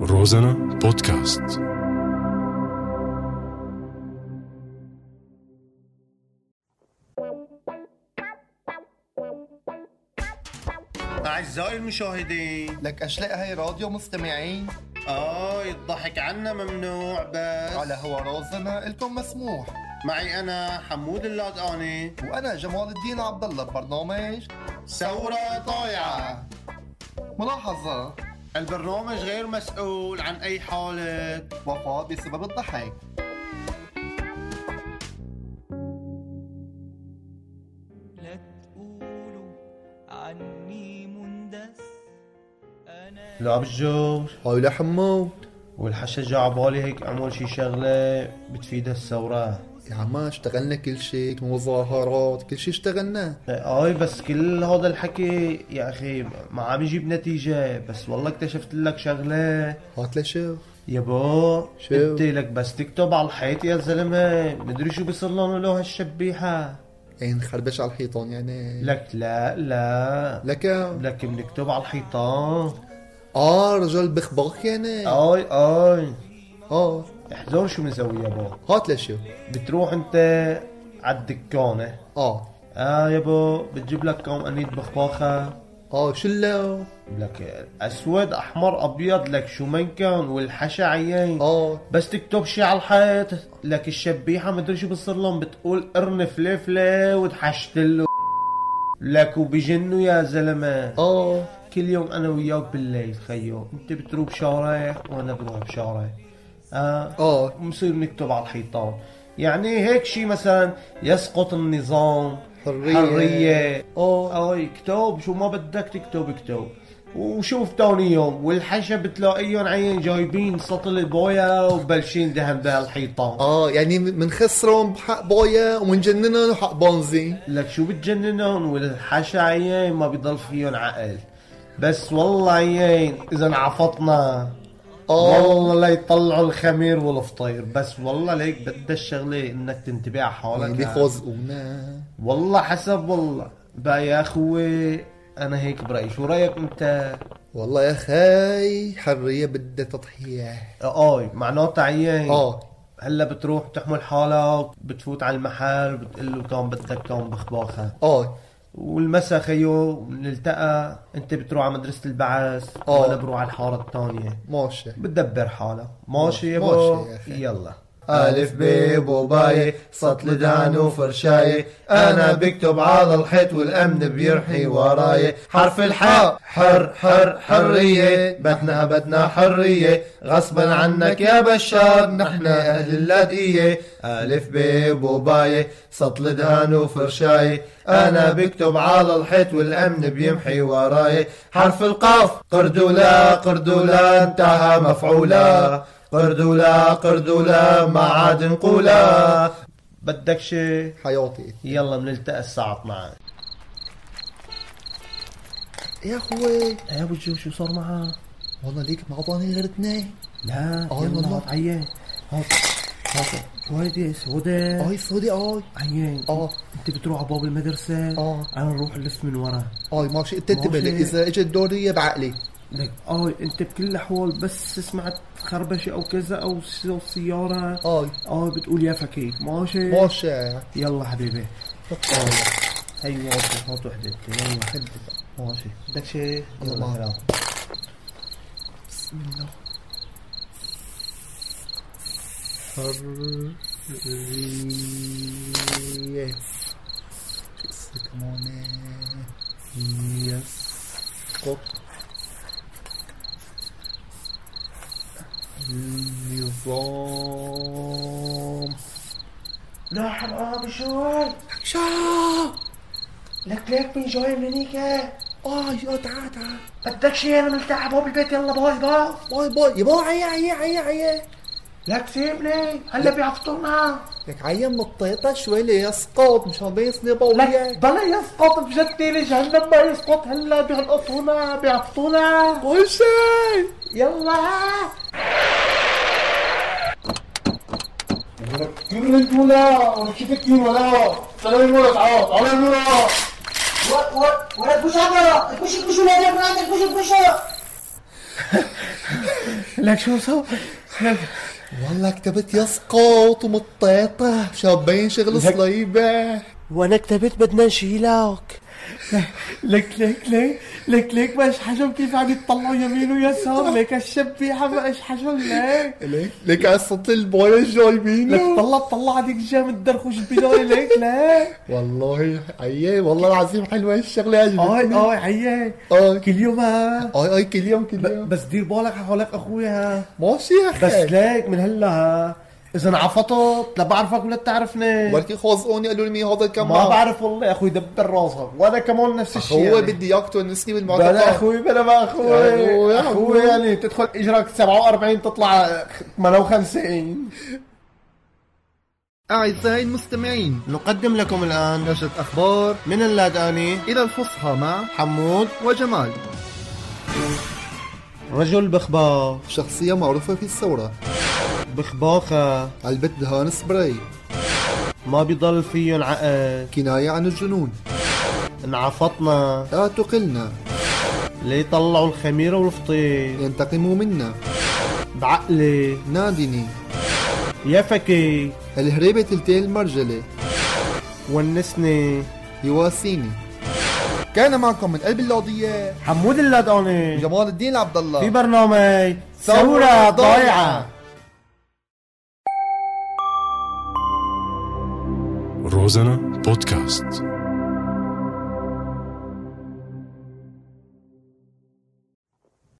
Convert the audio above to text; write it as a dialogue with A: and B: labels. A: روزانا بودكاست
B: أعزائي المشاهدين
C: لك اشلاء هاي راديو مستمعين
B: آي الضحك عنا ممنوع بس
C: على هو رازنا الكم مسموح
B: معي أنا حمود اللادقاني
C: وانا جمال الدين عبد الله ببرنامج آه.
B: ثورة طايعة
C: ملاحظه
B: البرنامج غير مسؤول عن أي حالة
C: وفاه بسبب الضحك
D: لا تقولوا عني مندس انا
B: لا بالجور
E: هاي لا حمود
B: والحشا جا عبالي هيك أعمل شي شغلة بتفيد الثورة
E: يا عما اشتغلنا كل شيء مظاهرات كل شيء اشتغلناه
B: آي بس كل هذا الحكي يا أخي ما عم يجيب نتيجة بس والله اكتشفت لك شغلة
E: هات لشوف
B: يابا
E: شو؟
B: قلت لك بس تكتب على الحيط يا زلمة مدري شو بصير لنا له هالشبيحة
E: اي نخربش على الحيطان يعني
B: لك لا لا
E: لك
B: لك بنكتب على الحيطان
E: اه رجل بخبخ يعني
B: اي اي
E: اه
B: احذر شو مسوي يابا
E: هات لشوف
B: بتروح انت على الدكانة
E: اه
B: اه يابا بتجيب لك كم انيت بخباخة
E: اه شلو
B: لك اسود احمر ابيض لك شو من كان والحشا عيان
E: اه
B: بس تكتب شي على الحيط لك الشبيحة مدري شو بصير لهم بتقول قرن فلفلة وتحشت له لك وبجنوا يا زلمة
E: اه
B: كل يوم انا وياك بالليل خيو انت بتروح بشارع وانا بروح بشارع آه
E: اه
B: بنصير نكتب على الحيطان يعني هيك شي مثلا يسقط النظام
E: حرية.
B: حرية
E: اه
B: أو اكتب شو ما بدك تكتب اكتب وشوف تاني يوم والحشا بتلاقيهم عين جايبين سطل بويا وبلشين دهن بهالحيطان
E: اه يعني منخسرهم بحق بايا ومنجننهم بحق بنزين
B: لك شو بتجننهم والحشا عين ما بضل فيهم عقل بس والله عين اذا انعفطنا
E: اه
B: والله لا يطلعوا الخمير والفطير بس والله ليك بدها الشغله انك تنتبه على
E: يعني
B: حالك
E: بيخزقونا
B: والله حسب والله بقى يا اخوي انا هيك برايي شو رايك انت
E: والله يا خي حرية بدها تضحية
B: اي معناتها عيان
E: اه
B: هلا بتروح بتحمل حالك بتفوت على المحل بتقول له كم بدك كم بخباخه
E: اه
B: والمسا خيو بنلتقى انت بتروح على مدرسه البعث
E: آه.
B: وانا بروح على الحاره الثانيه
E: ماشي
B: بتدبر حالك ماشي
E: ماشي
B: يابا
E: يا أخي.
B: يلا
E: ألف ب بوباي سطل دهن وفرشاي أنا بكتب على الحيط والأمن بيرحي وراي حرف الحاء حر حر حرية بتنا بتنا حرية غصبا عنك يا بشار نحن أهل اللاذقية ألف ب بوباي سطل دهن وفرشاي أنا بكتب على الحيط والأمن بيمحي وراي حرف القاف قردولا قردولا انتهى مفعولا قردولا قردولا ما عاد نقولا
B: بدك شي
E: حياتي
B: يلا بنلتقى الساعه 12
E: يا اخوي
B: إيه يا ابو جو شو صار معك
E: والله ليك ما اعطاني غير اثنين
B: لا
E: آه
B: يلا
E: والله.
B: هات عيان هات هات ويدي سوداء
E: اي سودي اي
B: عيان
E: اه
B: انت بتروح على باب المدرسة
E: آه.
B: انا نروح نلف من ورا
E: اي ماشي تنتبه
B: ماشي.
E: لك اذا اجت دورية بعقلي
B: لك اه انت بكل الاحوال بس سمعت خربشة او كذا او س- أو سيارة
E: اي
B: اه بتقول يا فكي ماشي
E: ماشي
B: يلا حبيبي هي واحدة هات وحدة انت، يلا ماشي بدك شي
E: الله.
B: يلا يلا.
E: بسم الله حرية قصة كمان يسقط النظام
B: لا حرام شو
E: شا
B: لك ليك من جاي من هيك
E: آه يا تعال تعال
B: بدك شي انا ملتاح على باب البيت يلا باي باي
E: باي باي يا باي عيا عيا عيا عيا
B: لك سيبني هلا بيعفطونا
E: لك عيا مطيطة شوي ليسقط مشان بيصني باويك
B: بلا يسقط بجدي لجهنم ما يسقط هلا بيعلقطونا بيعفطونا
E: كل شيء
B: يلا
F: كم المولى وركبت لي ولا سلام المولى تعال تعال المولى
G: ولا كوشة برا الكوشة الكوشة لا برا الكوشة الكوشة
B: لك شو سو لك
E: والله كتبت يسقط ومطيطه شابين شغل صليبه
B: وانا كتبت بدنا نشيلك لك لك لك لك لك ماش حجم كيف عم يتطلعوا يمين ويسار لك الشبيحه ماش حجم لك
E: ليك ليك قصة البويا
B: لك
E: جايبينه
B: طلع طلع هذيك جام الدرخوش البداية لك لك
E: والله عيي والله العظيم حلوة الشغلة
B: اي
E: عجبتني
B: اي عيي
E: اي
B: كل يوم ها
E: اي اي كل يوم كل يوم
B: ب- بس دير بالك حوالك اخويا ها
E: ماشي يا
B: بس
E: اخي
B: ليك من هلا ها اذا انعفطت لا بعرفك ولا بتعرفني
E: بركي خازقوني قالوا لي هذا الكم
B: ما بعرف والله اخوي دبر راسك وانا كمان نفس الشيء
E: هو
B: يعني.
E: بدي اياك تونسني بالمعتقد
B: بلا اخوي بلا ما اخوي
E: يا أخوي.
B: اخوي يعني تدخل اجرك 47 تطلع 58
C: أعزائي المستمعين
B: نقدم لكم الان
C: نشرة أخبار
B: من اللاداني
C: إلى الفصحى مع
B: حمود
C: وجمال
B: رجل بخباخ
E: شخصية معروفة في الثورة
B: بخباخة
E: علبة دهان سبراي
B: ما بيضل فيهم عقل
E: كناية عن الجنون
B: انعفطنا
E: اعتقلنا
B: ليطلعوا الخميرة والفطير
E: ينتقموا منا
B: بعقلي
E: نادني
B: يا فكي
E: الهريبة تلتين المرجلة
B: ونسني
E: يواسيني كان معكم من قلب اللوضية
B: حمود اللاداني
E: جمال الدين عبد
B: في
E: الله
B: برنامج ثورة ضايعة
E: ثورة ضايعة.
A: Розана подкаст.